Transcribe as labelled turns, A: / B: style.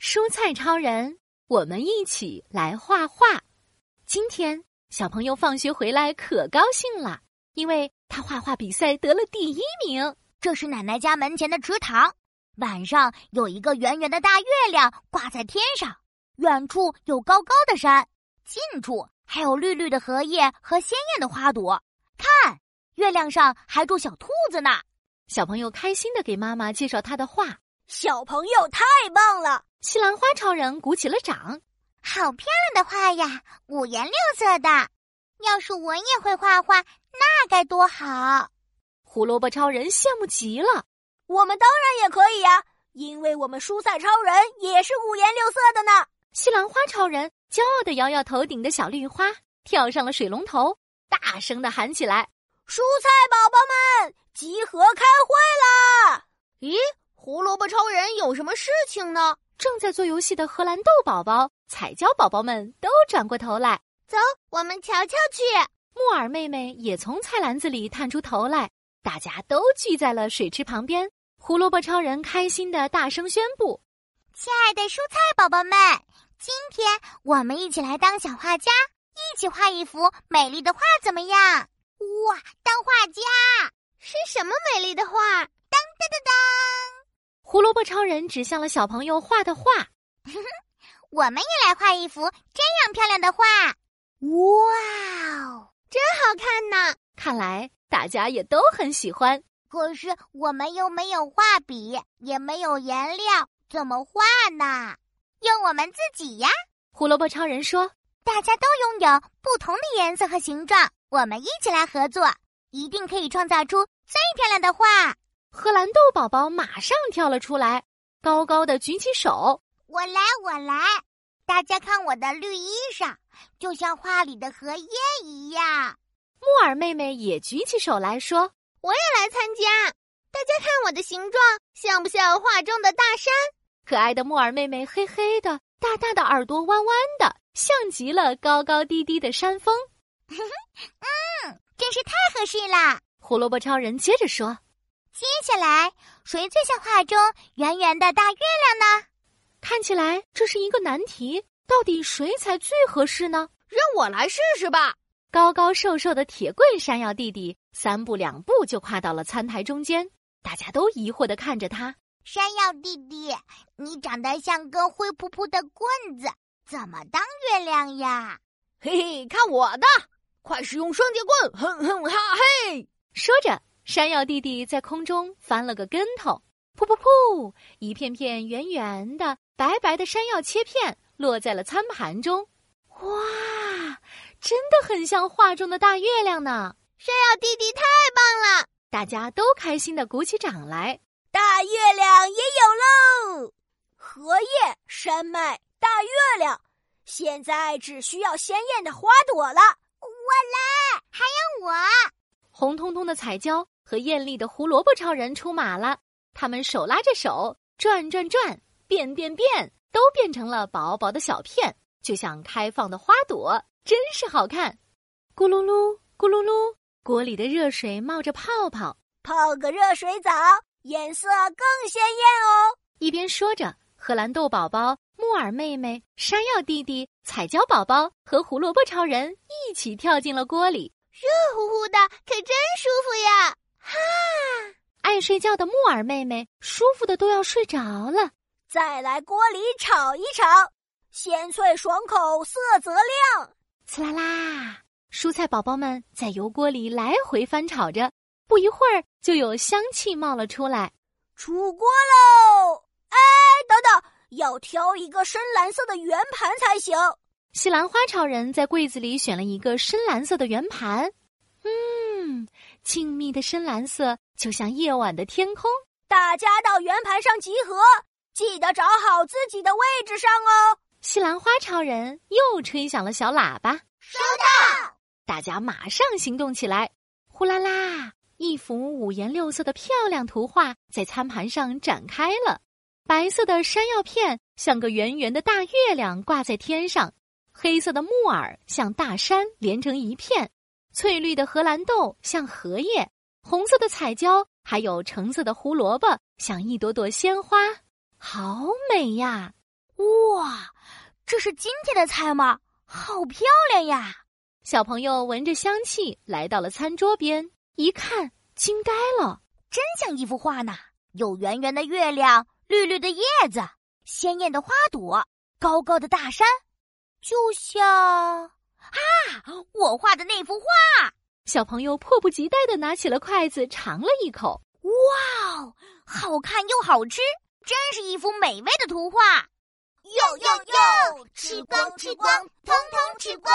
A: 蔬菜超人，我们一起来画画。今天小朋友放学回来可高兴了，因为他画画比赛得了第一名。
B: 这是奶奶家门前的池塘，晚上有一个圆圆的大月亮挂在天上，远处有高高的山，近处还有绿绿的荷叶和鲜艳的花朵。看，月亮上还住小兔子呢。
A: 小朋友开心的给妈妈介绍他的画。
C: 小朋友太棒了！
A: 西兰花超人鼓起了掌，
B: 好漂亮的画呀，五颜六色的。要是我也会画画，那该多好！
A: 胡萝卜超人羡慕极了。
C: 我们当然也可以呀、啊，因为我们蔬菜超人也是五颜六色的呢。
A: 西兰花超人骄傲的摇摇头顶的小绿花，跳上了水龙头，大声的喊起来：“
C: 蔬菜宝宝们，集合开会啦！”
D: 咦？胡萝卜超人有什么事情呢？
A: 正在做游戏的荷兰豆宝宝、彩椒宝宝们都转过头来，
D: 走，我们瞧瞧去。
A: 木耳妹妹也从菜篮子里探出头来，大家都聚在了水池旁边。胡萝卜超人开心的大声宣布：“
B: 亲爱的蔬菜宝宝们，今天我们一起来当小画家，一起画一幅美丽的画，怎么样？哇，当画家
D: 是什么美丽的画？当当
B: 当当！”
A: 胡萝卜超人指向了小朋友画的画，
B: 我们也来画一幅这样漂亮的画！哇哦，
D: 真好看呢！
A: 看来大家也都很喜欢。
B: 可是我们又没有画笔，也没有颜料，怎么画呢？用我们自己呀！
A: 胡萝卜超人说：“
B: 大家都拥有不同的颜色和形状，我们一起来合作，一定可以创造出最漂亮的画。”
A: 荷兰豆宝宝马上跳了出来，高高的举起手：“
B: 我来，我来！大家看我的绿衣裳，就像画里的荷叶一样。”
A: 木耳妹妹也举起手来说：“
D: 我也来参加！大家看我的形状，像不像画中的大山？”
A: 可爱的木耳妹妹黑黑的，大大的耳朵弯弯的，像极了高高低低的山峰。
B: 嗯，真是太合适了！
A: 胡萝卜超人接着说。
B: 接下来，谁最像画中圆圆的大月亮呢？
A: 看起来这是一个难题，到底谁才最合适呢？
D: 让我来试试吧！
A: 高高瘦瘦的铁棍山药弟弟三步两步就跨到了餐台中间，大家都疑惑的看着他。
B: 山药弟弟，你长得像根灰扑扑的棍子，怎么当月亮呀？
C: 嘿嘿，看我的！快使用双截棍！哼哼哈嘿！
A: 说着。山药弟弟在空中翻了个跟头，噗噗噗！一片片圆圆的、白白的山药切片落在了餐盘中。哇，真的很像画中的大月亮呢！
D: 山药弟弟太棒了！
A: 大家都开心的鼓起掌来。
C: 大月亮也有喽！荷叶、山脉、大月亮，现在只需要鲜艳的花朵了。
B: 我来，还有我！
A: 红彤彤的彩椒。和艳丽的胡萝卜超人出马了，他们手拉着手，转转转，变变变，都变成了薄薄的小片，就像开放的花朵，真是好看。咕噜噜，咕噜噜，锅里的热水冒着泡泡，
C: 泡个热水澡，颜色更鲜艳哦。
A: 一边说着，荷兰豆宝宝、木耳妹妹、山药弟弟、彩椒宝宝和胡萝卜超人一起跳进了锅里，
D: 热乎乎的，可真舒服呀！哈！
A: 爱睡觉的木耳妹妹舒服的都要睡着了。
C: 再来锅里炒一炒，鲜脆爽口，色泽亮。
A: 呲啦啦！啊蔬菜宝宝们在油锅里来回翻炒着，不一会儿就有香气冒了出来。
C: 出锅喽！哎，等等，要挑一个深蓝色的圆盘才行。
A: 西兰花超人在柜子里选了一个深蓝色的圆盘。嗯，静谧的深蓝色就像夜晚的天空。
C: 大家到圆盘上集合，记得找好自己的位置上哦。
A: 西兰花超人又吹响了小喇叭。
B: 收到！
A: 大家马上行动起来。呼啦啦，一幅五颜六色的漂亮图画在餐盘上展开了。白色的山药片像个圆圆的大月亮挂在天上，黑色的木耳像大山连成一片。翠绿的荷兰豆像荷叶，红色的彩椒，还有橙色的胡萝卜像一朵朵鲜花，好美呀！
C: 哦
B: 哇，这是今天的菜吗？好漂亮呀！
A: 小朋友闻着香气来到了餐桌边，一看惊呆了。
B: 真像一幅画呢，有圆圆的月亮，绿绿的叶子，鲜艳的花朵，高高的大山，就像啊，我画的那幅画！
A: 小朋友迫不及待的拿起了筷子尝了一口，
B: 哇哦，好看又好吃，真是一幅美味的图画！
D: 哟哟哟，吃光吃光，通通吃光！